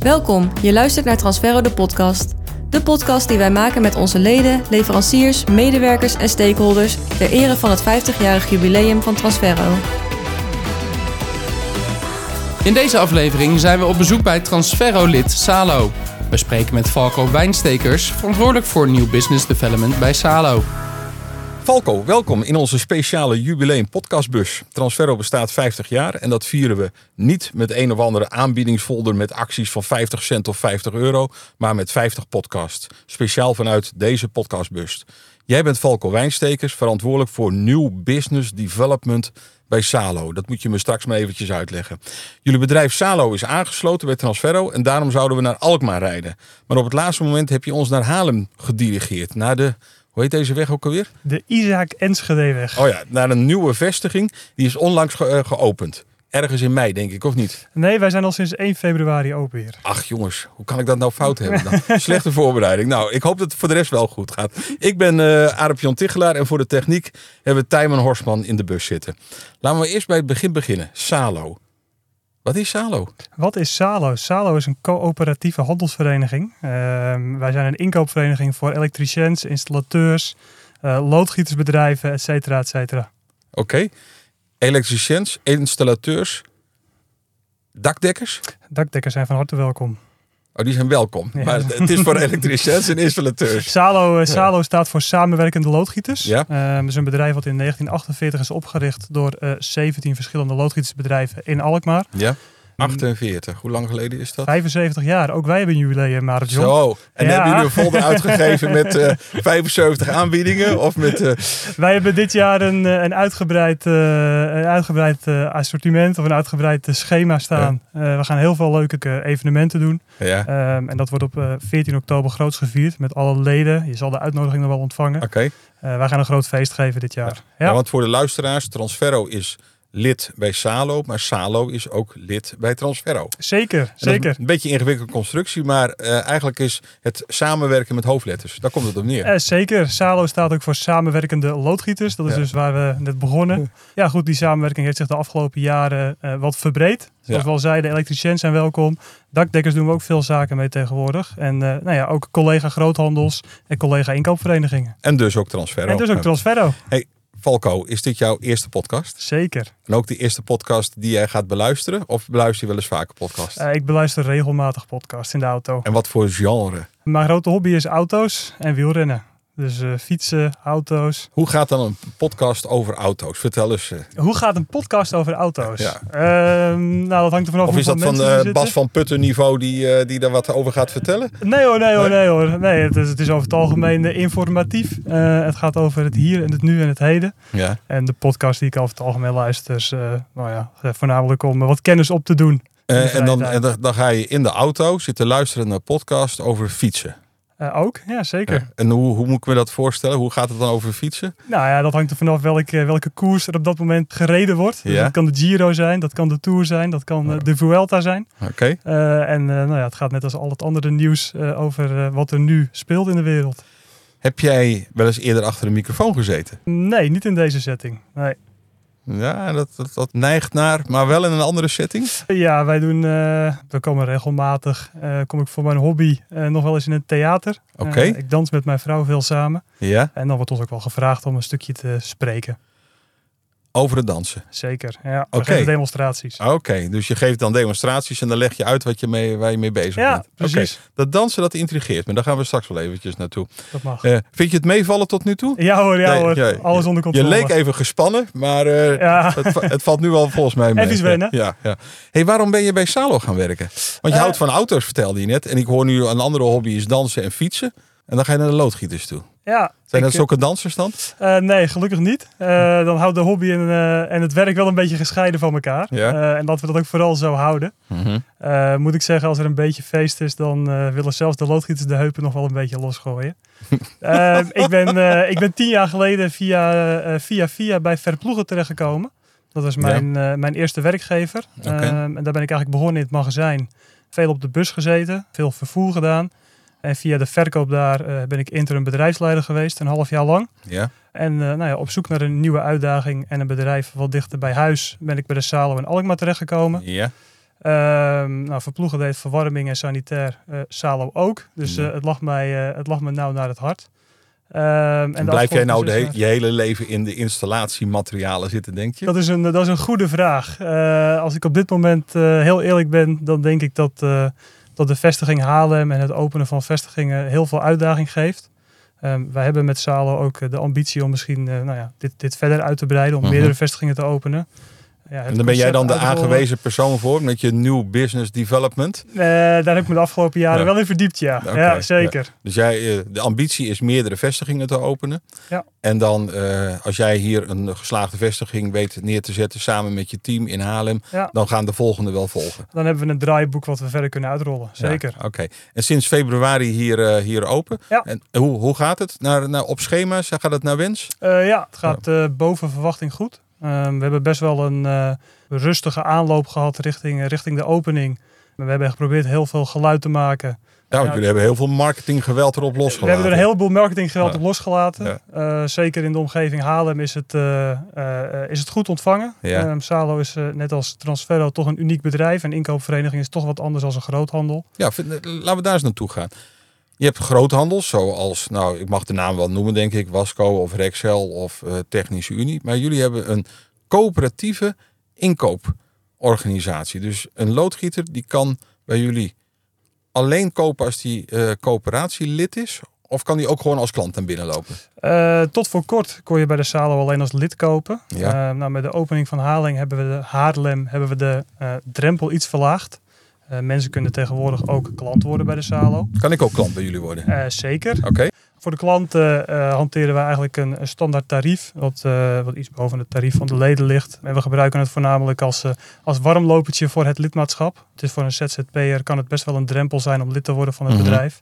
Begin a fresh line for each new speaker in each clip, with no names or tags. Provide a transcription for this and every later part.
Welkom, je luistert naar Transferro de podcast. De podcast die wij maken met onze leden, leveranciers, medewerkers en stakeholders ter ere van het 50-jarig jubileum van Transferro.
In deze aflevering zijn we op bezoek bij Transferro-lid Salo. We spreken met Falco Wijnstekers, verantwoordelijk voor New Business Development bij Salo.
Falco, welkom in onze speciale jubileum podcastbus. Transferro bestaat 50 jaar en dat vieren we niet met een of andere aanbiedingsfolder met acties van 50 cent of 50 euro, maar met 50 podcasts. Speciaal vanuit deze podcastbus. Jij bent Falco Wijnstekers, verantwoordelijk voor New Business Development bij Salo. Dat moet je me straks maar eventjes uitleggen. Jullie bedrijf Salo is aangesloten bij Transferro en daarom zouden we naar Alkmaar rijden. Maar op het laatste moment heb je ons naar Haarlem gedirigeerd, naar de... Hoe heet deze weg ook alweer?
De Isaac Enschedeweg.
Oh ja, naar een nieuwe vestiging. Die is onlangs ge- eh, geopend. Ergens in mei, denk ik, of niet?
Nee, wij zijn al sinds 1 februari open hier.
Ach jongens, hoe kan ik dat nou fout hebben? Dan? Slechte voorbereiding. Nou, ik hoop dat het voor de rest wel goed gaat. Ik ben eh Arep Jan Tichelaar en voor de techniek hebben we Tijmen Horsman in de bus zitten. Laten we eerst bij het begin beginnen. Salo. Wat is Salo?
Wat is Salo? Salo is een coöperatieve handelsvereniging. Ehm, wij zijn een inkoopvereniging voor elektriciëns, installateurs, eh, loodgietersbedrijven, et cetera, et cetera.
Oké. Elektriciëns, installateurs, dakdekkers.
Dakdekkers zijn van harte welkom.
Oh, die zijn welkom.
Ja.
Maar het is voor elektriciëns en installateurs.
Salo, eh, Salo staat voor Samenwerkende Loodgieters.
Ja.
Ehm, het is een bedrijf wat in 1948 is opgericht door eh 17 verschillende loodgietersbedrijven in Alkmaar.
Ja. 48. Hoe lang geleden is dat?
75 jaar, ook wij hebben een jubileum, maar John.
Zo, en
Ja.
hebben jullie een folder uitgegeven met eh, 75 aanbiedingen? Of met, eh,
Wij hebben dit jaar een, eh, een uitgebreid, eh, een uitgebreid eh, assortiment of een uitgebreid eh, schema staan. Eh, we gaan heel veel leuke eh, evenementen doen.
ja, oké.
Ehm, en dat wordt op eh, 14 oktober groots gevierd met alle leden. Je zal de uitnodiging nog wel ontvangen. Eh, wij gaan een groot feest geven dit jaar. Ja,
Ja, want voor de luisteraars, Transferro is lid bij Salo, maar Salo is ook lid bij Transferro. En
zeker,
dat is
zeker.
Een beetje een ingewikkelde constructie, maar eh, eigenlijk is het samenwerken met hoofdletters. Daar komt het op neer.
Eh, zeker. Salo staat ook voor samenwerkende loodgieters. Dat is
Ja.
dus waar we net begonnen. Ja, goed, die samenwerking heeft zich de afgelopen jaren eh, wat verbreed. Zoals
Ja.
we al zeiden, elektriciëns zijn welkom. Dakdekkers doen we ook veel zaken mee tegenwoordig. En eh, nou ja, ook collega groothandels en collega inkoopverenigingen.
En dus ook Transferro.
En dus
Nou,
ook Transferro.
Falco, is dit jouw eerste podcast?
Zeker.
En ook de eerste podcast die jij gaat beluisteren? Of beluister je wel eens vaker podcasts?
Eh, ik beluister regelmatig podcasts in de auto.
En wat voor genre?
Mijn grote hobby is auto's en wielrennen. Dus eh, fietsen, auto's.
Hoe gaat dan een podcast over auto's? Vertel eens. eh,
Hoe gaat een podcast over auto's?
Ja.
Ehm, nou, dat hangt er vanaf
Of is
hoeveel
dat van
mensen er
eh,
zitten.
Bas van Putten niveau die, eh, die daar wat over gaat vertellen?
Nee hoor, nee hoor,
Nee?
nee hoor. Nee, het is, het is over het algemeen eh, informatief. Eh, het gaat over het hier en het nu en het heden.
Ja.
En de podcast die ik over het algemeen luister is eh, nou ja, eh, voornamelijk om eh, wat kennis op te doen.
Eh, en dan, en dan, dan ga je in de auto zitten luisteren naar een podcast over fietsen.
Eh, ook, ja zeker.
En hoe, hoe moet ik me dat voorstellen? Hoe gaat het dan over fietsen?
Nou ja, dat hangt er vanaf welke, welke koers er op dat moment gereden wordt. Dus
Ja.
dat kan de Giro zijn, dat kan de Tour zijn, dat kan eh, de Vuelta zijn.
Oké.
Eh, en eh, nou ja, het gaat net als al het andere nieuws eh, over eh, wat er nu speelt in de wereld.
Heb jij wel eens eerder achter een microfoon gezeten?
Nee, niet in deze setting. Nee.
Ja, dat, dat, dat neigt naar, maar wel in een andere setting.
Ja, wij doen, eh, we komen regelmatig, eh, kom ik voor mijn hobby eh, nog wel eens in het theater.
Oké.
Eh, ik dans met mijn vrouw veel samen
Ja,
en dan wordt ons ook wel gevraagd om een stukje te spreken.
over het dansen.
Zeker, ja. We
Oké.
geven demonstraties.
Oké, dus je geeft dan demonstraties en dan leg je uit wat je mee, waar je mee bezig
ja,
bent. Oké.
precies.
Dat dansen, dat intrigeert me. Daar gaan we straks wel eventjes naartoe.
Dat mag.
Eh, vind je het meevallen tot nu toe?
Ja hoor, ja
Nee,
hoor.
jij-
Alles onder
Je
controle.
leek even gespannen, maar eh,
Ja.
het, va- het valt nu wel volgens mij mee.
Even wennen.
Ja, ja. Hey, waarom ben je bij Salo gaan werken? Want je
Eh.
houdt van auto's, vertelde je net. En ik hoor nu een andere hobby is dansen en fietsen. En dan ga je naar de loodgieters toe.
ja,
Zijn
ik,
dat zulke dansers dan?
eh, nee, gelukkig niet. Eh, dan houdt de hobby en, eh, en het werk wel een beetje gescheiden van elkaar.
Ja.
Eh, en dat we dat ook vooral zo houden. Eh, moet ik zeggen, als er een beetje feest is, dan eh, willen zelfs de loodgieters de heupen nog wel een beetje losgooien. Eh, ik, ben, eh, ik ben tien jaar geleden via eh, via, via bij Verploegen terechtgekomen. Dat was mijn, eh, mijn eerste werkgever.
Oké.
Ehm, en daar ben ik eigenlijk begonnen in het magazijn. Veel op de bus gezeten, veel vervoer gedaan. En via de verkoop daar eh, ben ik interim bedrijfsleider geweest, een half jaar lang.
Ja.
En eh, nou ja, op zoek naar een nieuwe uitdaging en een bedrijf wat dichter bij huis ben ik bij de Salo in Alkmaar terechtgekomen.
ja.
Ehm nou, verploegen deed verwarming en sanitair eh, Salo ook. Dus
Ja.
eh, het, lag mij, eh, het lag me nou naar het hart. Ehm, en de
En blijf jij
afgrond
nou
is
de
dus,
he-
eh,
je hele leven in de installatiematerialen zitten, denk je?
dat is, een, dat is een goede vraag. Eh, als ik op dit moment eh, heel eerlijk ben, dan denk ik dat, eh, dat de vestiging Haarlem en het openen van vestigingen heel veel uitdaging geeft. Ehm wij hebben met Salo ook eh, de ambitie om misschien eh, nou ja, dit, dit verder uit te breiden, om
Mhm.
meerdere vestigingen te openen. Ja, het
en dan ben jij
concept
dan de
uitrollen.
aangewezen persoon voor met je New Business Development.
Eh, daar heb ik me de afgelopen jaren
Ja.
wel in verdiept, ja.
Oké,
ja zeker.
Dus jij, eh, de ambitie is meerdere vestigingen te openen.
Ja.
En dan, eh, als jij hier een geslaagde vestiging weet neer te zetten samen met je team in Haarlem,
Ja.
dan gaan de volgende wel volgen.
Dan hebben we een draaiboek wat we verder kunnen uitrollen. Zeker.
Ja, Oké. En sinds februari hier, eh, hier open.
Ja.
En hoe, hoe gaat het? Naar, naar, op schema's? Gaat het naar wens?
Eh, ja, het gaat eh, boven verwachting goed. Ehm, we hebben best wel een eh, rustige aanloop gehad richting, eh, richting de opening. Maar We hebben geprobeerd heel veel geluid te maken.
Nou,
Ja.
jullie hebben heel veel marketinggeweld erop losgelaten.
We hebben er een heleboel marketinggeweld
Ja.
op losgelaten.
Ja.
Eh, zeker in de omgeving Haarlem is het, eh, eh, eh, is het goed ontvangen.
Ja.
Ehm, Salo is eh, net als Transferro toch een uniek bedrijf. Een inkoopvereniging is toch wat anders dan een groothandel.
Ja, vind- laten we daar eens naartoe gaan. Je hebt groothandels zoals, nou, ik mag de naam wel noemen, denk ik, Wasco of Rexel of eh, Technische Unie. Maar jullie hebben een coöperatieve inkooporganisatie. Dus een loodgieter die kan bij jullie alleen kopen als die eh coöperatie lid is. Of kan die ook gewoon als klant naar binnen lopen?
Eh, tot voor kort kon je bij de Salo alleen als lid kopen.
Ja.
Eh, nou, met de opening van Haarlem hebben we de, Haarlem, hebben we de eh, drempel iets verlaagd. Eh, mensen kunnen tegenwoordig ook klant worden bij de Salo.
Kan ik ook klant bij jullie worden?
Eh, zeker.
Oké,
Voor de klanten eh, hanteren we eigenlijk een, een standaard tarief, wat, eh, wat iets boven het tarief van de leden ligt. En we gebruiken het voornamelijk als, eh, als warmlopertje voor het lidmaatschap. Het is voor een ZZP'er kan het best wel een drempel zijn om lid te worden van het
Mhm.
bedrijf.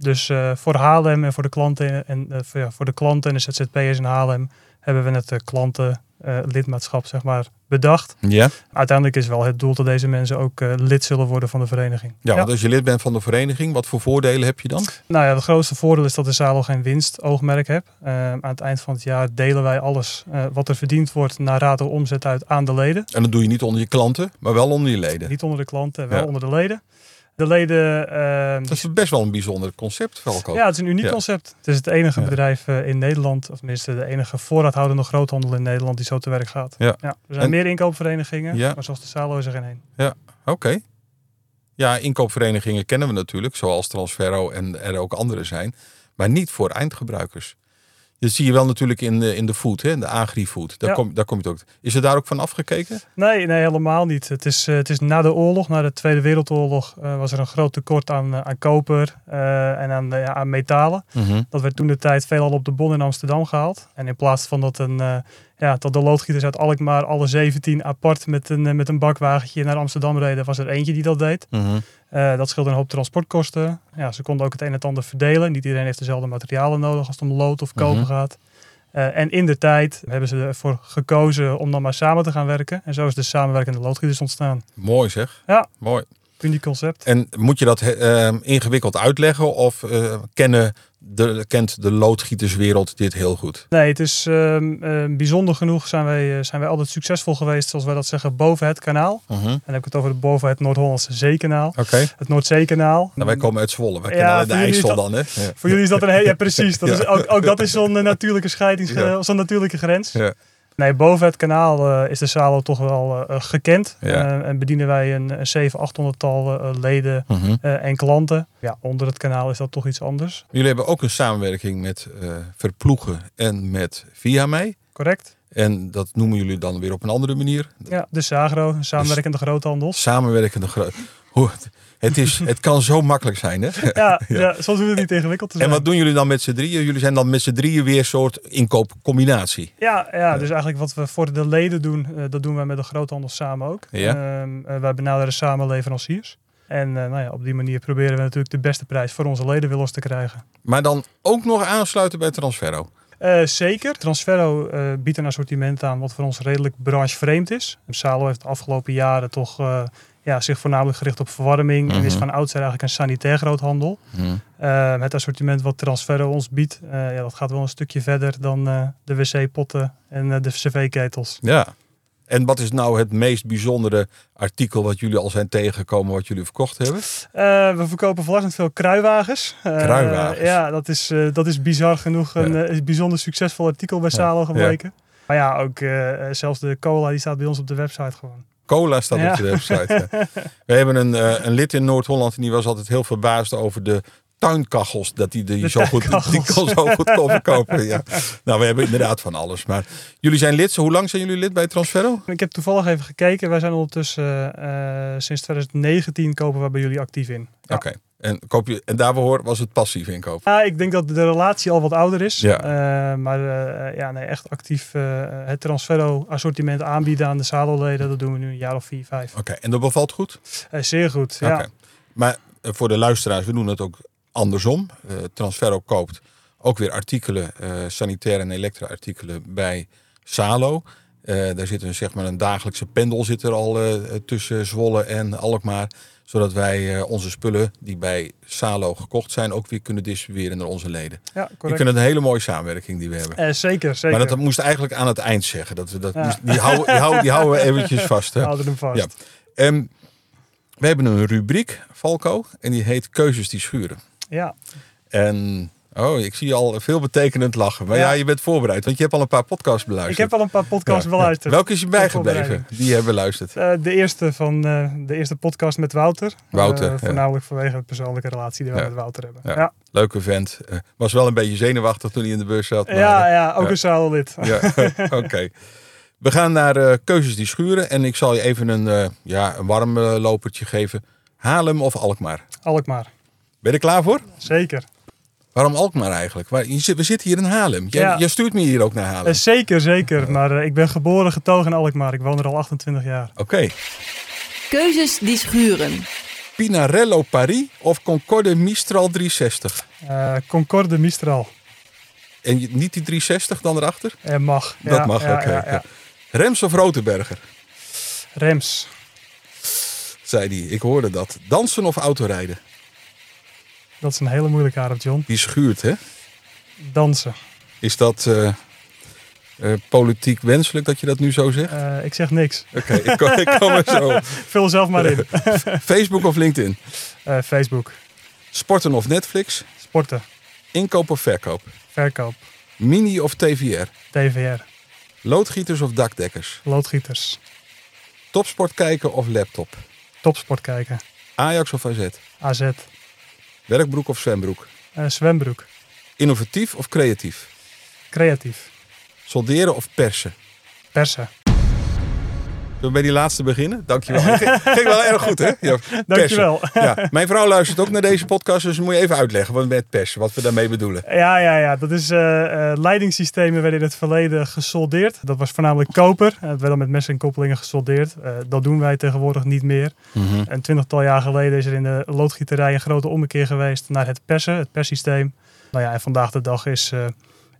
Dus eh, voor Haarlem en voor de klanten en eh, voor, ja, voor de klanten en de ZZP'ers in Haarlem hebben we het eh, klanten klantenlidmaatschap zeg maar, bedacht.
ja.
Uiteindelijk is wel het doel dat deze mensen ook eh, lid zullen worden van de vereniging.
Ja, want als je lid bent van de vereniging, wat voor voordelen heb je dan?
Nou ja, het grootste voordeel is dat de zaal geen winstoogmerk heeft. Eh, aan het eind van het jaar delen wij alles eh, wat er verdiend wordt naar rato omzet uit aan de leden.
En dat doe je niet onder je klanten, maar wel onder je leden.
Niet onder de klanten, wel
Ja. onder
onder de leden. De leden... eh,
Dat is best wel een bijzonder concept, Velko.
ja, het is een uniek
Ja.
concept. Het is het enige
Ja.
bedrijf eh, in Nederland, of tenminste de enige voorraadhoudende groothandel in Nederland die zo te werk gaat.
Ja.
er zijn
En-
meer inkoopverenigingen,
Ja.
maar zoals de Salo is er geen één.
Oké. Ja, inkoopverenigingen kennen we natuurlijk, zoals Transferro en er ook andere zijn, maar niet voor eindgebruikers. Dat zie je wel natuurlijk in de, in de food, hè, in de agri-food. Daar,
Ja.
kom, daar kom je het ook. Is er daar ook van afgekeken?
Nee, nee, helemaal niet. Het is, eh, het is na de oorlog, na de Tweede Wereldoorlog, eh, was er een groot tekort aan, eh, aan koper eh, en aan, eh, ja, aan metalen. Dat werd toen de tijd veelal op de Bon in Amsterdam gehaald. En in plaats van dat, een, eh, ja, dat de loodgieters uit Alkmaar alle 17 apart met een, eh, met een bakwagentje naar Amsterdam reden, was er eentje die dat deed. Eh, dat scheelde een hoop transportkosten. Ja, ze konden ook het een en het ander verdelen. Niet iedereen heeft dezelfde materialen nodig als het om lood of koper
Mhm.
gaat. Eh, en in de tijd hebben ze ervoor gekozen om dan maar samen te gaan werken. En zo is de samenwerkende loodgieters ontstaan.
Mooi zeg.
Ja.
Mooi.
Uniek concept.
En moet je dat eh, ingewikkeld uitleggen of eh, kennen de, kent de loodgieterswereld dit heel goed?
Nee, het is ehm, ehm, bijzonder genoeg zijn wij, eh, zijn wij altijd succesvol geweest, zoals wij dat zeggen, boven het kanaal. En dan heb ik het over het boven het Noord-Hollandse zeekanaal.
Oké.
Het Noordzeekanaal.
Nou, wij komen uit Zwolle. Wij
Ja,
kennen alleen de
voor jullie is
IJssel
dat-
dan, hè? Ja.
Voor jullie is dat een hele... Ja, precies. Dat
Ja.
is, ook, ook dat is zo'n eh, natuurlijke scheidings, eh,
Ja.
zo'n natuurlijke grens.
Ja.
Nee, boven het kanaal eh, is de Salo toch wel eh, eh, gekend.
Ja.
Eh, en bedienen wij een, een 700, 800-tal eh, leden
Mhm.
eh, en klanten. Ja, onder het kanaal is dat toch iets anders.
Jullie hebben ook een samenwerking met eh, Verploegen en met Via mij.
Correct.
En dat noemen jullie dan weer op een andere manier.
Ja, de Sagro, een samenwerkende groothandels.
Samenwerkende gro- Hoe- Het, is, het kan zo makkelijk zijn, hè?
Ja, ja. soms hoeft het niet ingewikkeld te
En
zijn.
wat doen jullie dan met z'n drieën? Jullie zijn dan met z'n drieën weer een soort inkoopcombinatie.
Ja, ja, dus eigenlijk wat we voor de leden doen, eh, dat doen wij met de groothandel samen ook.
Ja.
Ehm, eh, wij benaderen samen leveranciers. En eh, nou ja, op die manier proberen we natuurlijk de beste prijs voor onze leden weer los te krijgen.
Maar dan ook nog aansluiten bij Transferro.
Eh, zeker. Transferro eh, biedt een assortiment aan wat voor ons redelijk branchevreemd is. Salo heeft de afgelopen jaren toch eh, ja, zich voornamelijk gericht op verwarming. En is
Mhm.
van oudsher eigenlijk een sanitair groothandel. Eh, het assortiment wat Transferro ons biedt, eh, ja, dat gaat wel een stukje verder dan eh, de wc-potten en eh, de cv-ketels.
Ja. En wat is nou het meest bijzondere artikel wat jullie al zijn tegengekomen, wat jullie verkocht hebben?
Eh, we verkopen verrassend veel kruiwagens. Eh,
Kruiwagens.
ja, dat is, eh, dat is bizar genoeg een
Ja.
eh, is bijzonder succesvol artikel bij Salo gebleken. Maar ja, ook eh, eh, zelfs de cola die staat bij ons op de website gewoon.
Cola staat
Ja.
op de website. ja. We hebben een, eh, een lid in Noord-Holland en die was altijd heel verbaasd over de tuinkachels. Dat die, die
De
zo goed,
tuinkachels.
die kon zo goed kon verkopen. Ja. Nou, we hebben inderdaad van alles. Maar jullie zijn lid. Zo, Hoe lang zijn jullie lid bij Transferro?
Ik heb toevallig even gekeken. Wij zijn ondertussen eh, eh, sinds 2019 kopen we bij jullie actief in. Ja.
Oké. En, koop je, en daar behoor was het passief inkoop.
Ja, ik denk dat de relatie al wat ouder is.
Ja.
Eh, maar eh, ja, nee, echt actief eh, het transferro assortiment aanbieden aan de saloleden. Dat doen we nu een jaar of vier, vijf.
Oké. En dat bevalt goed?
Eh, zeer goed.
Oké.
Ja.
Maar eh, voor de luisteraars, we doen het ook andersom. Eh Transferro koopt ook weer artikelen, eh sanitaire en elektra-artikelen bij Salo. Eh, daar zit een, zeg maar, een dagelijkse pendel zit er al eh, tussen Zwolle en Alkmaar. Zodat wij eh, onze spullen die bij Salo gekocht zijn ook weer kunnen distribueren naar onze leden.
ja,
Ik
correct.
vind het een hele mooie samenwerking die we hebben.
Eh, zeker, zeker.
Maar dat, dat moest eigenlijk aan het eind zeggen. Dat, we dat
Ja.
moest- die, houden, die, houden, die houden we eventjes vast. Hè?
We houden hem vast.
Ja. Ehm, we hebben een rubriek, Valko, en die heet Keuzes die schuren.
Ja.
En oh, ik zie al veelbetekenend lachen. Maar ja.
Ja.
je bent voorbereid, want je hebt al een paar podcasts beluisterd.
Ik heb al een paar podcasts
Oh, Ja.
beluisterd.
Welke is je bijgebleven?
voorbereiding.
Die hebben we beluisterd.
Eh, de, eerste van, eh, de eerste podcast met Wouter.
Wouter,
Eh,
ja.
voornamelijk vanwege de persoonlijke relatie die we
Ja.
met Wouter hebben.
Ja.
Ja, ja.
Leuke vent. Eh, was wel een beetje zenuwachtig toen hij in de bus zat. maar-
ja, ook
Nou, Ja.
een salolid.
Ja, oké. We gaan naar eh, keuzes die schuren. En ik zal je even een, eh, ja, een warm eh, lopertje geven. Haarlem of Alkmaar?
Alkmaar.
Ben je er klaar voor?
Zeker.
Waarom Alkmaar eigenlijk? Waar, je zit- we zitten hier in Haarlem. Jij,
Ja.
jij stuurt me hier ook naar Haarlem.
Eh, zeker, zeker. Maar eh, ik ben geboren getogen in Alkmaar. Ik woon er al 28 jaar.
Oké.
Keuzes die schuren.
Pinarello Paris of Concorde Mistral 360?
Eh, Concorde Mistral.
En je- niet die 360 dan erachter?
Eh, mag.
Dat
Ja,
mag,
ja,
oké.
ja, ja.
Rems of Rotenberger?
Rems.
Zei die. Ik hoorde dat. Dansen of autorijden?
Dat is een hele moeilijke aardig, John.
Die schuurt, hè?
Dansen.
Is dat eh, eh, politiek wenselijk dat je dat nu zo zegt?
Eh, ik zeg niks.
Oké, ik, kom- ik kom er zo. op.
Vul zelf maar in.
Facebook of LinkedIn?
Eh, Facebook.
Sporten of Netflix?
Sporten.
Inkoop of verkoop?
Verkoop.
Mini of TVR?
TVR.
Loodgieters of dakdekkers?
Loodgieters.
Topsport kijken of laptop?
Topsport kijken.
Ajax of AZ?
AZ.
Werkbroek of zwembroek?
Eh, zwembroek.
Innovatief of creatief?
Creatief.
Solderen of persen?
Persen.
Zullen we bij die laatste beginnen? Dankjewel. Ging, ging wel erg goed, hè? Ja, persen.
Dankjewel.
Ja, mijn vrouw luistert ook naar deze podcast, dus moet je even uitleggen wat met persen, wat we daarmee bedoelen.
Ja, ja, ja. Dat is eh, eh, leidingssystemen werden in het verleden gesoldeerd. Dat was voornamelijk koper. Eh, Het werd dan met messen en koppelingen gesoldeerd. Eh, dat doen wij tegenwoordig niet meer. Een twintigtal jaar geleden is er in de loodgieterij een grote ommekeer geweest naar het persen, het perssysteem. Nou ja, en vandaag de dag is, eh,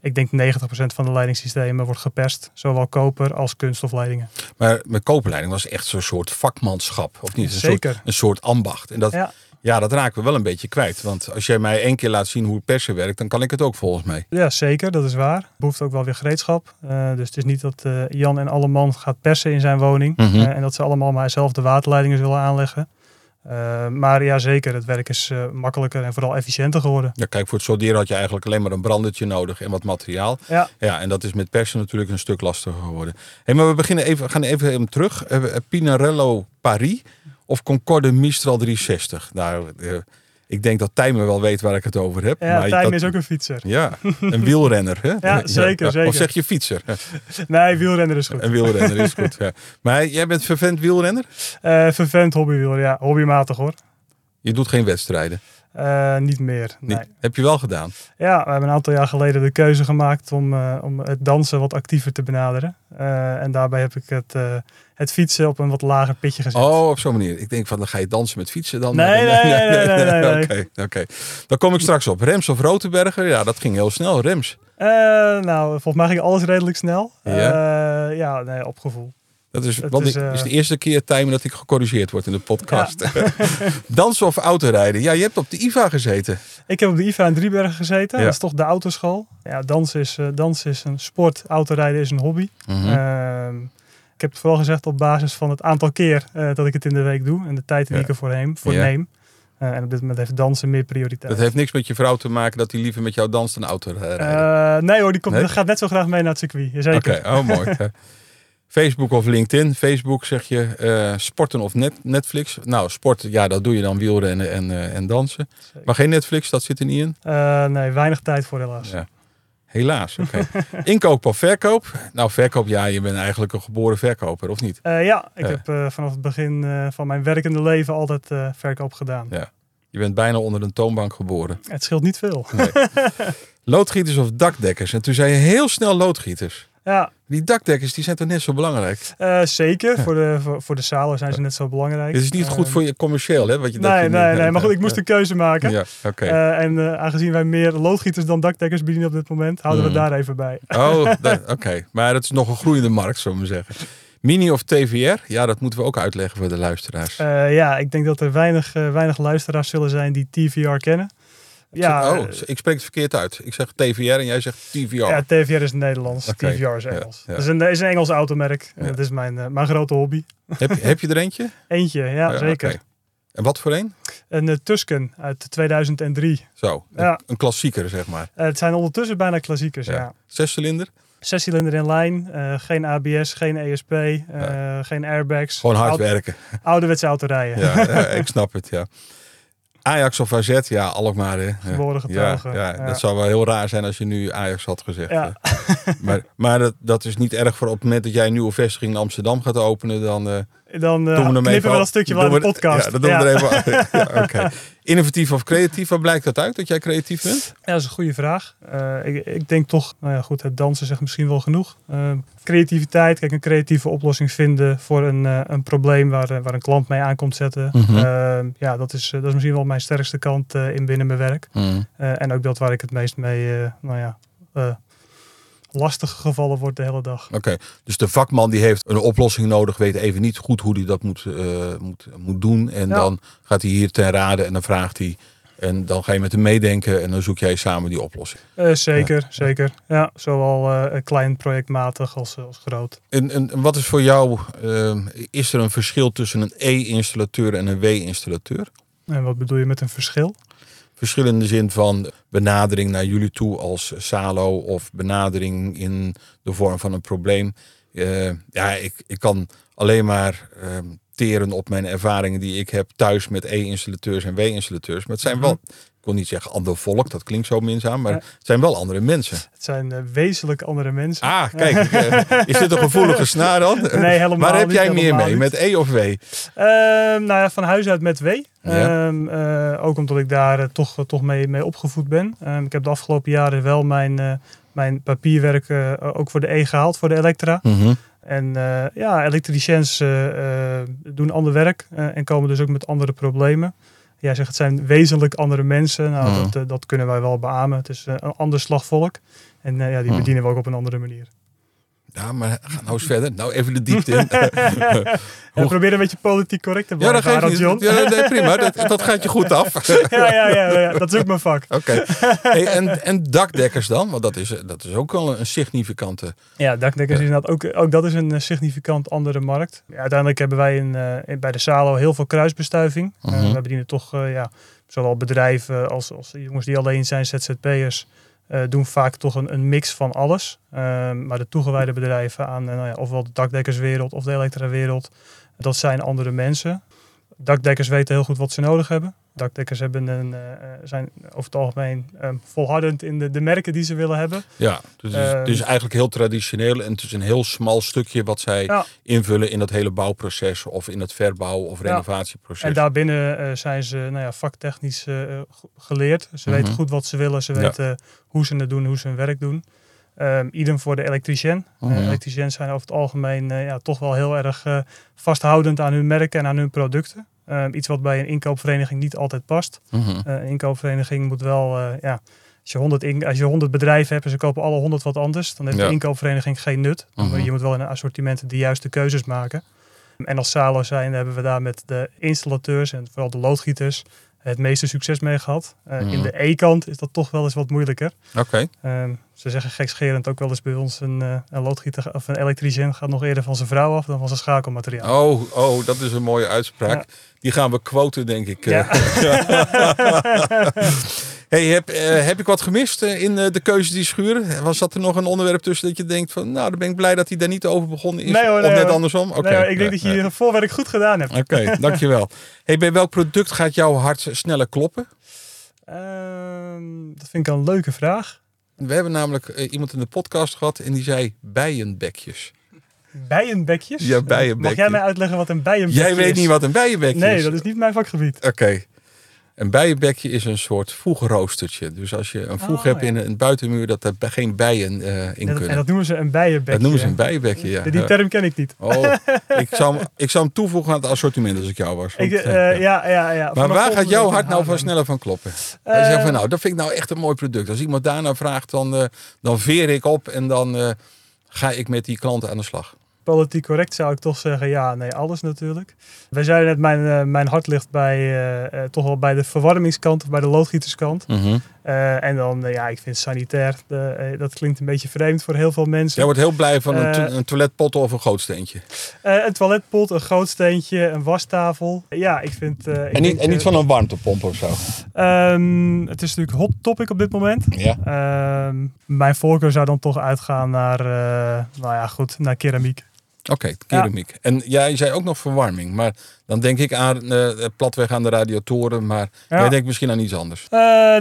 ik denk 90% van de leidingssystemen wordt geperst. Zowel koper als kunststofleidingen.
Maar mijn koopleiding was echt zo'n soort vakmanschap, of niet? Een
Zeker.
Soort, een soort ambacht. En dat, ja.
Ja.
dat raken we wel een beetje kwijt. Want als jij mij één keer laat zien hoe persen werkt, dan kan ik het ook volgens mij.
Ja, zeker, dat is waar. Behoeft ook wel weer gereedschap. Eh, dus het is niet dat eh, Jan en Alleman gaat persen in zijn woning.
Mhm.
Eh, en dat ze allemaal maar zelf de waterleidingen zullen aanleggen. Eh, maar ja, zeker, het werk is eh, makkelijker en vooral efficiënter geworden.
Ja, kijk, voor het solderen had je eigenlijk alleen maar een brandertje nodig en wat materiaal.
Ja,
Ja, en dat is met persen natuurlijk een stuk lastiger geworden. Hey, maar we beginnen even, we gaan even hem terug. Eh, eh, Pinarello Paris of Concorde Mistral 360? Nou, eh, ik denk dat Tijmen wel weet waar ik het over heb.
ja
maar
Tijm
dat-
is ook een fietser.
Ja, een wielrenner. Hè?
Ja, zeker, zeker.
Of zeg je fietser?
Nee, wielrenner is goed.
Een wielrenner is goed. Ja. Maar jij bent vervent wielrenner?
Eh vervent hobbywielrenner, ja, hobbymatig hoor.
Je doet geen wedstrijden.
Eh, niet meer, nee.
Niet- Heb je wel gedaan.
Ja, we hebben een aantal jaar geleden de keuze gemaakt om, eh, om het dansen wat actiever te benaderen. Eh, en daarbij heb ik het, eh, het fietsen op een wat lager pitje gezet.
Oh, op zo'n manier. Ik denk van, dan ga je dansen met fietsen dan?
Nee, nee, nee, nee, nee, nee, nee.
Oké, oké. Dan kom ik straks op. Rems of Rotenberger? Ja, dat ging heel snel. Rems.
Eh, nou, volgens mij ging alles redelijk snel. Ja, ja nee, op gevoel.
Dat is,
Het
want
is,
ik-
eh,
is de eerste keer timen dat ik gecorrigeerd word in de podcast. Dansen of autorijden? Ja, je hebt op de IVA gezeten.
Ik heb op de IFA in Driebergen gezeten.
Ja.
Dat is toch de
Mhm.
autoschool. Ja, dans is, eh dans is een sport. Autorijden is een hobby. Ehm, ik heb het vooral gezegd op basis van het aantal keer eh, dat ik het in de week doe. En de tijd die
Ja.
ik ervoor neem. Voor
Ja.
neem. Eh, en op dit moment heeft dansen meer prioriteit.
Dat heeft niks met je vrouw te maken dat hij liever met jou danst dan auto eh, rijden.
Eh, nee hoor, die komt,
Nee?
dat gaat net zo graag mee naar het circuit. Jazeker.
Oké, oh mooi. Ja. Facebook of LinkedIn. Facebook zeg je eh, sporten of net, Netflix. Nou, sporten, ja, dat doe je dan wielrennen en, eh, en dansen.
Zeker.
Maar geen Netflix, dat zit er niet in.
Eh, nee, weinig tijd voor helaas.
Ja. Helaas, oké. Inkoop of verkoop? Nou, verkoop, ja, je bent eigenlijk een geboren verkoper, of niet?
Eh, ja, ik
Ja.
heb eh, vanaf het begin eh, van mijn werkende leven altijd eh, verkoop gedaan.
Ja. Je bent bijna onder een toonbank geboren.
Het scheelt niet veel.
Loodgieters of dakdekkers? En toen zei je heel snel loodgieters.
Ja,
Die dakdekkers, die zijn toch net zo belangrijk?
eh, zeker. Voor, de, voor, voor de zalen zijn ze net zo belangrijk.
Dit is niet goed
Eh,
voor je commercieel, hè? Wat je, dat
Nee,
je-
nee, nee. Maar goed, ik moest een keuze maken.
Ja, oké.
Eh, en eh, aangezien wij meer loodgieters dan dakdekkers bedienen op dit moment, houden
Mm.
we daar even bij.
Oh, dat- oké. Maar dat is nog een groeiende markt, zullen we zeggen. Mini of TVR? Ja, dat moeten we ook uitleggen voor de luisteraars.
Eh, ja, ik denk dat er weinig, eh, weinig luisteraars zullen zijn die TVR kennen. Ja,
oh,
eh,
ik spreek het verkeerd uit. Ik zeg TVR en jij zegt TVR.
ja TVR is Nederlands,
Oké,
TVR is
ja,
Engels.
ja.
Dat is een, is een Engels automerk.
Ja.
Dat is mijn, eh, mijn grote hobby.
Heb, je- heb je er eentje?
Eentje, ja,
Oh ja,
zeker.
oké. En wat voor een?
Een eh, Tusken uit 2003.
Zo, een,
Ja.
een klassieker, zeg maar.
Eh, het zijn ondertussen bijna klassiekers,
Ja.
ja.
Zescilinder?
Zescilinder in lijn, eh, geen ABS, geen ESP, eh, geen airbags.
Gewoon hard
Oud-
werken.
Ouderwetse autorijden.
Ja, ja, ik snap het, ja. Ajax of AZ? Ja, Alkmaar, hè? Ja.
Geboren
Ja,
getogen.
ja,
Ja.
dat zou wel heel raar zijn als je nu Ajax had gezegd.
Ja.
hè. Maar, maar dat, dat is niet erg voor op het moment dat jij een nieuwe vestiging in Amsterdam gaat openen. Dan eh,
Dan eh,
doen we hem
knippen
even
we
af.
dat stukje
Doen
van de
we-
podcast.
Ja, dat doen we er even af. ja, oké. Innovatief of creatief, waar blijkt dat uit dat jij creatief bent?
Ja, dat is een goede vraag. Eh, ik, ik denk toch, nou ja, goed, het dansen zegt misschien wel genoeg. Eh, creativiteit, kijk, een creatieve oplossing vinden voor een, eh, een probleem waar, eh, waar een klant mee aankomt zetten.
Mhm.
Eh, ja, dat is, eh, dat is misschien wel mijn sterkste kant eh, in binnen mijn werk. Eh, en ook dat waar ik het meest mee, eh, nou ja, eh, lastig gevallen word de hele dag.
Oké, dus de vakman die heeft een oplossing nodig, weet even niet goed hoe hij dat moet, eh, moet, moet doen. En
Ja.
dan gaat hij hier ten raden en dan vraagt hij. En dan ga je met hem meedenken en dan zoek jij samen die oplossing.
Eh, zeker, zeker. Ja, zowel eh, klein projectmatig als, eh, als groot.
En, en en wat is voor jou, eh, is er een verschil tussen een E-installateur en een W-installateur?
En wat bedoel je met een verschil?
Verschil in de zin van benadering naar jullie toe als Salo of benadering in de vorm van een probleem. Eh, ja, ik, ik kan alleen maar ehm, teren op mijn ervaringen die ik heb thuis met E-installateurs en W-installateurs. Maar het zijn wel, ik wil niet zeggen ander volk, dat klinkt zo minzaam, maar
Mhm. Ja.
het zijn wel andere mensen.
Het zijn eh, wezenlijk andere mensen.
Ah, kijk, eh, is dit een gevoelige snaar dan?
Nee, helemaal
Waar heb
niet,
jij meer
helemaal
mee,
niet.
met E of W?
Ehm, nou ja, van huis uit met W.
Ja.
Ehm, eh, ook omdat ik daar eh, toch, toch mee, mee opgevoed ben. Ehm, ik heb de afgelopen jaren wel mijn, eh, mijn papierwerk eh, ook voor de E gehaald, voor de Elektra. En eh, ja, elektriciëns eh, eh, doen ander werk eh, en komen dus ook met andere problemen. Jij zegt het zijn wezenlijk andere mensen. Nou,
Mm.
dat, eh, dat kunnen wij wel beamen. Het is eh, een ander slagvolk. En eh, ja, die
Mm.
bedienen we ook op een andere manier.
Ja, maar ga nou eens verder. Nou, even de diepte in.
Ja, probeer een beetje politiek correct te
Ja, dat
blijven,
geeft niet.
Arad John.
Ja, nee, prima. Dat, dat gaat je goed af.
Ja, ja, ja, ja, ja, dat is ook mijn vak.
Oké. Hey, en, en dakdekkers dan? Want dat is, dat is ook wel een significante.
Ja, dakdekkers
Ja.
is inderdaad ook, ook dat is een eh, significant andere markt. Ja, uiteindelijk hebben wij in, eh, in- bij de Salo heel veel kruisbestuiving. Eh,
Mhm.
we bedienen toch eh, ja, zowel bedrijven als, als jongens die alleen zijn, ZZP'ers, eh, doen vaak toch een, een mix van alles. Eh, maar de toegewijde bedrijven aan eh, nou ja, ofwel de dakdekkerswereld of de elektrawereld, dat zijn andere mensen. Dakdekkers weten heel goed wat ze nodig hebben. Dakdekkers hebben een, eh, eh, zijn over het algemeen eh, volhardend in de, de merken die ze willen hebben.
Ja, dus het is, het is
Ehm.
eigenlijk heel traditioneel. En het is een heel smal stukje wat zij
Ja.
invullen in dat hele bouwproces. Of in het verbouw- of
Ja.
renovatieproces.
En daarbinnen eh, zijn ze nou ja, vaktechnisch eh, go- geleerd. Ze
Mhm.
weten goed wat ze willen. Ze
Ja.
weten eh, hoe ze het doen, hoe ze hun werk doen. Ehm idem voor de elektricien.
Mhm.
Eh, elektriciëns zijn over het algemeen eh, ja, toch wel heel erg eh, vasthoudend aan hun merk en aan hun producten. Ehm, iets wat bij een inkoopvereniging niet altijd past.
Mhm.
Eh, een inkoopvereniging moet wel... eh, ja, als je, 100 in- als je 100 bedrijven hebt en ze kopen alle 100 wat anders, dan heeft
Ja.
de inkoopvereniging geen nut.
Mhm.
Maar je moet wel in een assortiment de juiste keuzes maken. En als Salo zijn hebben we daar met de installateurs en vooral de loodgieters eh, het meeste succes mee gehad. Eh,
Mhm.
In de E-kant is dat toch wel eens wat moeilijker.
Oké.
Ehm, ze zeggen gekscherend ook wel eens bij ons: een, eh, een loodgieter of een elektricien gaat nog eerder van zijn vrouw af dan van zijn schakelmateriaal.
Oh, oh, dat is een mooie uitspraak. Die gaan we quoten, denk ik. eh,
Ja.
hey, heb, eh, heb ik wat gemist eh, in eh, de keuze die schuren? Was dat er nog een onderwerp tussen dat je denkt van... Nou, dan ben ik blij dat hij daar niet over begonnen is.
Nee hoor,
of
nee
net
hoor.
andersom? Oké.
Nou ja, ik denk
nee,
dat je
nee.
je voorwerk goed gedaan hebt.
Oké, dankjewel. Hey, bij welk product gaat jouw hart sneller kloppen?
Ehm, dat vind ik een leuke vraag.
We hebben namelijk eh, iemand in de podcast gehad en die zei bijenbekjes.
Bijenbekjes?
Ja, bijenbekje.
Mag jij mij uitleggen wat een bijenbekje is?
Jij weet niet wat een bijenbekje
Nee,
is.
dat is niet mijn vakgebied.
Oké. Een bijenbekje is een soort voegroostertje. Dus als je een voeg
Oh,
hebt
ja.
in een buitenmuur, dat er geen bijen eh, in
En dat,
kunnen.
en
Dat,
dat noemen ze een bijenbekje.
noemen ze een bijenbekje, ja.
Die- Die term ken ik niet.
oh, ik, zou hem, ik zou hem toevoegen aan het assortiment als ik jou was.
Ik,
Want,
eh,
eh,
ja, ja, ja.
Maar
Vanaf
waar gaat
volgende
jouw
week
hart
in
nou van
Haarlem.
sneller van kloppen?
Eh,
Hij zegt van nou, dat vind ik nou echt een mooi product. Als iemand daarna vraagt, dan, eh, dan veer ik op en dan eh, ga ik met die klant aan de slag.
Politiek correct zou ik toch zeggen, ja, nee, alles natuurlijk. Wij zeiden net, mijn, eh, mijn hart ligt bij, eh, eh, toch wel bij de verwarmingskant of bij de loodgieterskant.
Mhm.
Eh, en dan, eh, ja, ik vind sanitair, eh, eh, dat klinkt een beetje vreemd voor heel veel mensen.
Jij wordt heel blij van een, to-
Eh,
een toiletpot of een gootsteentje.
Eh, een toiletpot, een grootsteentje, een wastafel. Ja, ik vind... eh, ik
En niet,
denk,
en niet
eh,
van een warmtepomp of zo.
ehm, het is natuurlijk hot topic op dit moment.
Ja.
Ehm, mijn voorkeur zou dan toch uitgaan naar, eh, nou ja, goed, naar keramiek.
Oké, keramiek. En jij zei ook nog verwarming. Maar dan denk ik aan eh, platweg aan de radiatoren. Maar
Ja.
jij denkt misschien aan iets anders.
Eh,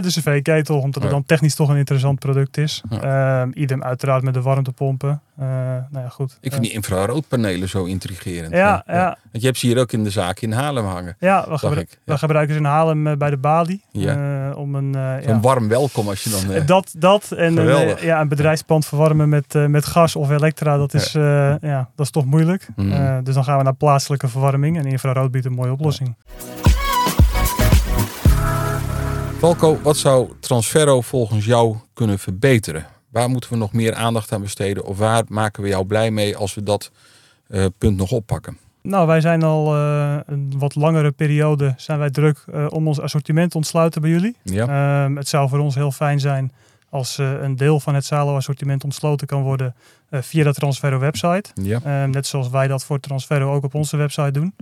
de cv-ketel, omdat het
Ja.
dan technisch toch een interessant product is.
Ja.
Ehm, idem uiteraard met de warmtepompen. Eh, nou ja, goed.
Ik vind die infraroodpanelen zo intrigerend.
ja, ja,
Want je hebt ze hier ook in de zaak in Haarlem hangen.
ja, we,
Zag
gebru-
ik. Ja.
we gebruiken ze in Haarlem eh, bij de Bali.
Ja.
Eh, om een, eh,
Zo'n
ja.
warm welkom als je dan... eh,
Dat, dat en een,
Geweldig.
eh, ja, een bedrijfspand verwarmen met, eh, met gas of elektra, dat is, eh, ja, dat is toch moeilijk.
Mhm.
Eh, dus dan gaan we naar plaatselijke verwarming en infrarood biedt een mooie oplossing.
Valko, wat zou Transferro volgens jou kunnen verbeteren? Waar moeten we nog meer aandacht aan besteden? Of waar maken we jou blij mee als we dat eh, punt nog oppakken?
Nou, wij zijn al eh, een wat langere periode zijn wij druk eh, om ons assortiment te ontsluiten bij jullie.
Ja.
Ehm, het zou voor ons heel fijn zijn als eh, een deel van het Salo-assortiment ontsloten kan worden eh, via de Transferro-website.
ja.
Ehm, net zoals wij dat voor Transferro ook op onze website doen.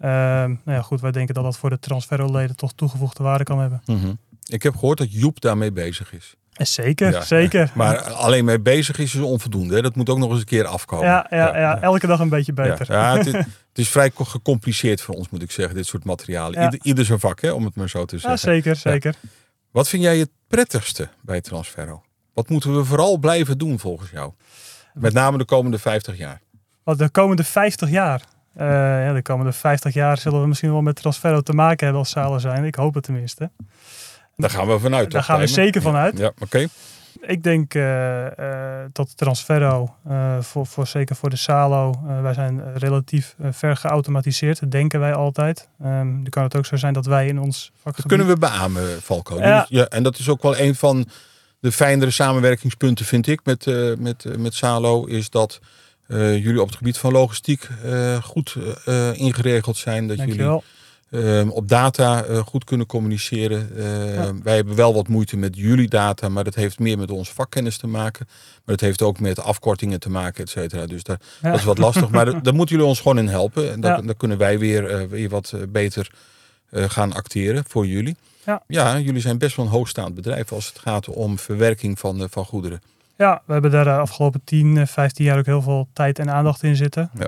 Ehm, nou ja, goed, wij denken dat dat voor de Transferro-leden toch toegevoegde waarde kan hebben.
Mhm. Ik heb gehoord dat Joep daarmee bezig is.
Eh, Zeker,
Ja,
zeker.
Maar alleen mee bezig is is onvoldoende. Hè? Dat moet ook nog eens een keer afkomen.
ja, ja, ja, elke dag een beetje beter.
Ja, ja, het, is- het is vrij co- gecompliceerd voor ons, moet ik zeggen, dit soort materialen.
Ja.
Ieder, ieder zijn vak, hè, om het maar zo te
Ja,
zeggen.
zeker, zeker.
Wat vind jij het prettigste bij Transferro? Wat moeten we vooral blijven doen volgens jou? Met name de komende 50 jaar.
Want de komende 50 jaar. eh, ja, de komende 50 jaar zullen we misschien wel met Transferro te maken hebben als zalen zijn. Ik hoop het tenminste.
Daar gaan we vanuit.
Daar
toch,
gaan we
Tijmen?
zeker van uit.
Ja, oké.
Ik denk eh, eh, dat Transferro, eh, voor, voor, zeker voor de Salo, eh, wij zijn relatief eh, ver geautomatiseerd, dat denken wij altijd. Ehm dan kan het ook zo zijn dat wij in ons vakgebied...
Dat kunnen we beamen, Valko.
Ja.
Ja, en dat is ook wel een van de fijnere samenwerkingspunten, vind ik, met, eh, met, eh, met Salo. Is dat eh, jullie op het gebied van logistiek eh, goed eh, eh, ingeregeld zijn. Dat jullie
Dankjewel.
ehm, op data eh, goed kunnen communiceren. Eh,
Ja.
Wij hebben wel wat moeite met jullie data, maar dat heeft meer met onze vakkennis te maken. Maar dat heeft ook met afkortingen te maken, et cetera. Dus daar,
Ja.
dat is wat lastig. Maar daar- daar moeten jullie ons gewoon in helpen. En daar,
Ja.
daar kunnen wij weer, eh, weer wat eh, beter eh, gaan acteren voor jullie.
Ja.
jullie zijn best wel een hoogstaand bedrijf als het gaat om verwerking van, eh, van goederen.
Ja, we hebben daar de afgelopen 10, eh, 15 jaar ook heel veel tijd en aandacht in zitten.
Ja.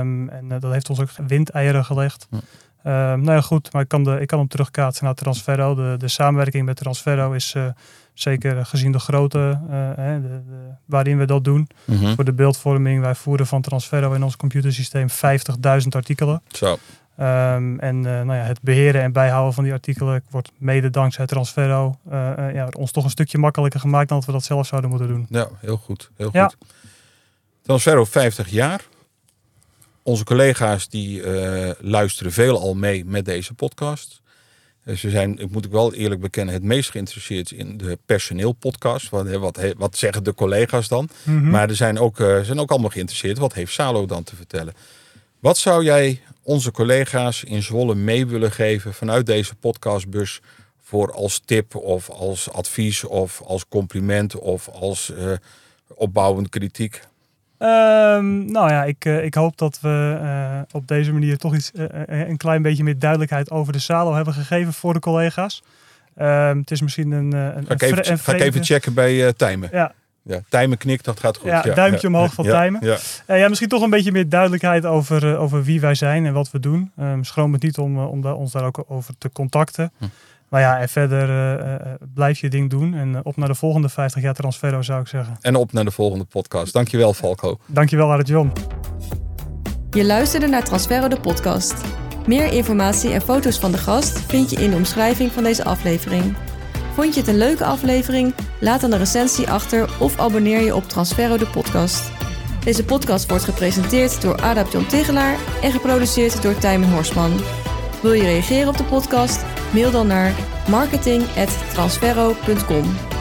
Ehm, en eh, dat heeft ons ook windeieren gelegd.
Ja.
Ehm, nou ja, goed, maar ik kan, de, ik kan hem terugkaatsen naar Transferro. De, de samenwerking met Transferro is eh, zeker gezien de grootte eh, hè, de, de- waarin we dat doen. Voor de beeldvorming, wij voeren van Transferro in ons computersysteem 50.000 artikelen.
Zo.
Ehm, en eh, nou ja, het beheren en bijhouden van die artikelen wordt mede dankzij Transferro eh, eh, ja, ons toch een stukje makkelijker gemaakt dan dat we dat zelf zouden moeten doen.
Ja, heel goed. Heel
Ehm, Ja.
goed. Transferro 50 jaar. Onze collega's die eh, luisteren veelal mee met deze podcast. Eh, Ze zijn, ik moet ik wel eerlijk bekennen, het meest geïnteresseerd in de personeelpodcast. Wat, hè, wat, he- wat zeggen de collega's dan?
Mhm.
Maar er zijn ook, eh, zijn ook allemaal geïnteresseerd. Wat heeft Salo dan te vertellen? Wat zou jij onze collega's in Zwolle mee willen geven vanuit deze podcastbus voor als tip of als advies of als compliment of als eh, opbouwend kritiek?
Ehm, nou ja, ik, eh, ik hoop dat we eh, op deze manier toch iets, eh, eh, een klein beetje meer duidelijkheid over de Salo hebben gegeven voor de collega's. Ehm, het is misschien een. eh, een
Ga ik
een vre-
even,
een
ga ik even
vreemde-
checken bij eh Tijmen.
Ja,
Ja, Tijmen knikt, dat gaat goed.
Ja, duimpje omhoog van
ja,
Tijmen.
Ja,
Eh, ja, misschien toch een beetje meer duidelijkheid over, eh, over wie wij zijn en wat we doen. Ehm schroom het niet om, eh, om daar, ons daar ook over te contacten.
Hm.
Maar ja, en verder eh, eh, blijf je ding doen. En eh, op naar de volgende 50 jaar Transferro zou ik zeggen.
En op naar de volgende podcast. Dankjewel, Falco.
Dankjewel, Arend John.
Je luisterde naar Transferro de podcast. Meer informatie en foto's van de gast vind je in de omschrijving van deze aflevering. Vond je het een leuke aflevering? Laat dan een recensie achter of abonneer je op Transferro de podcast. Deze podcast wordt gepresenteerd door Adap John Tigelaar en geproduceerd door Tijmen Horsman. Wil je reageren op de podcast? Mail dan naar marketing@transferro.com.